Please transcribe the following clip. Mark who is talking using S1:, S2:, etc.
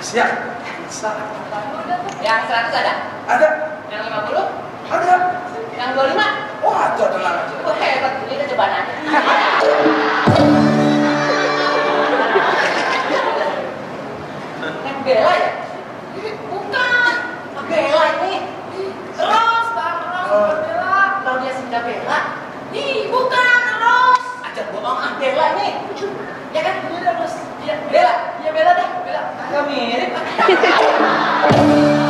S1: Siap. Siap.
S2: Yang 100 ada?
S1: Ada.
S2: Yang 50?
S1: Ada.
S2: Yang 25?
S1: Oh ada tenang aja.
S2: Wah hebat, ini kecepatan. Yang Bella ya? Ih, Bukan, Yang Bella ini. Ih, Ros, Bang Ros, bukan Bella. Kalau dia Sinda Bella. Ih, bukan, Ros. Ajar bohong ah Bella ini. Ya kan, Bella Ros. Iya, Bella. Iya, Bella deh, Bella. Agak mirip.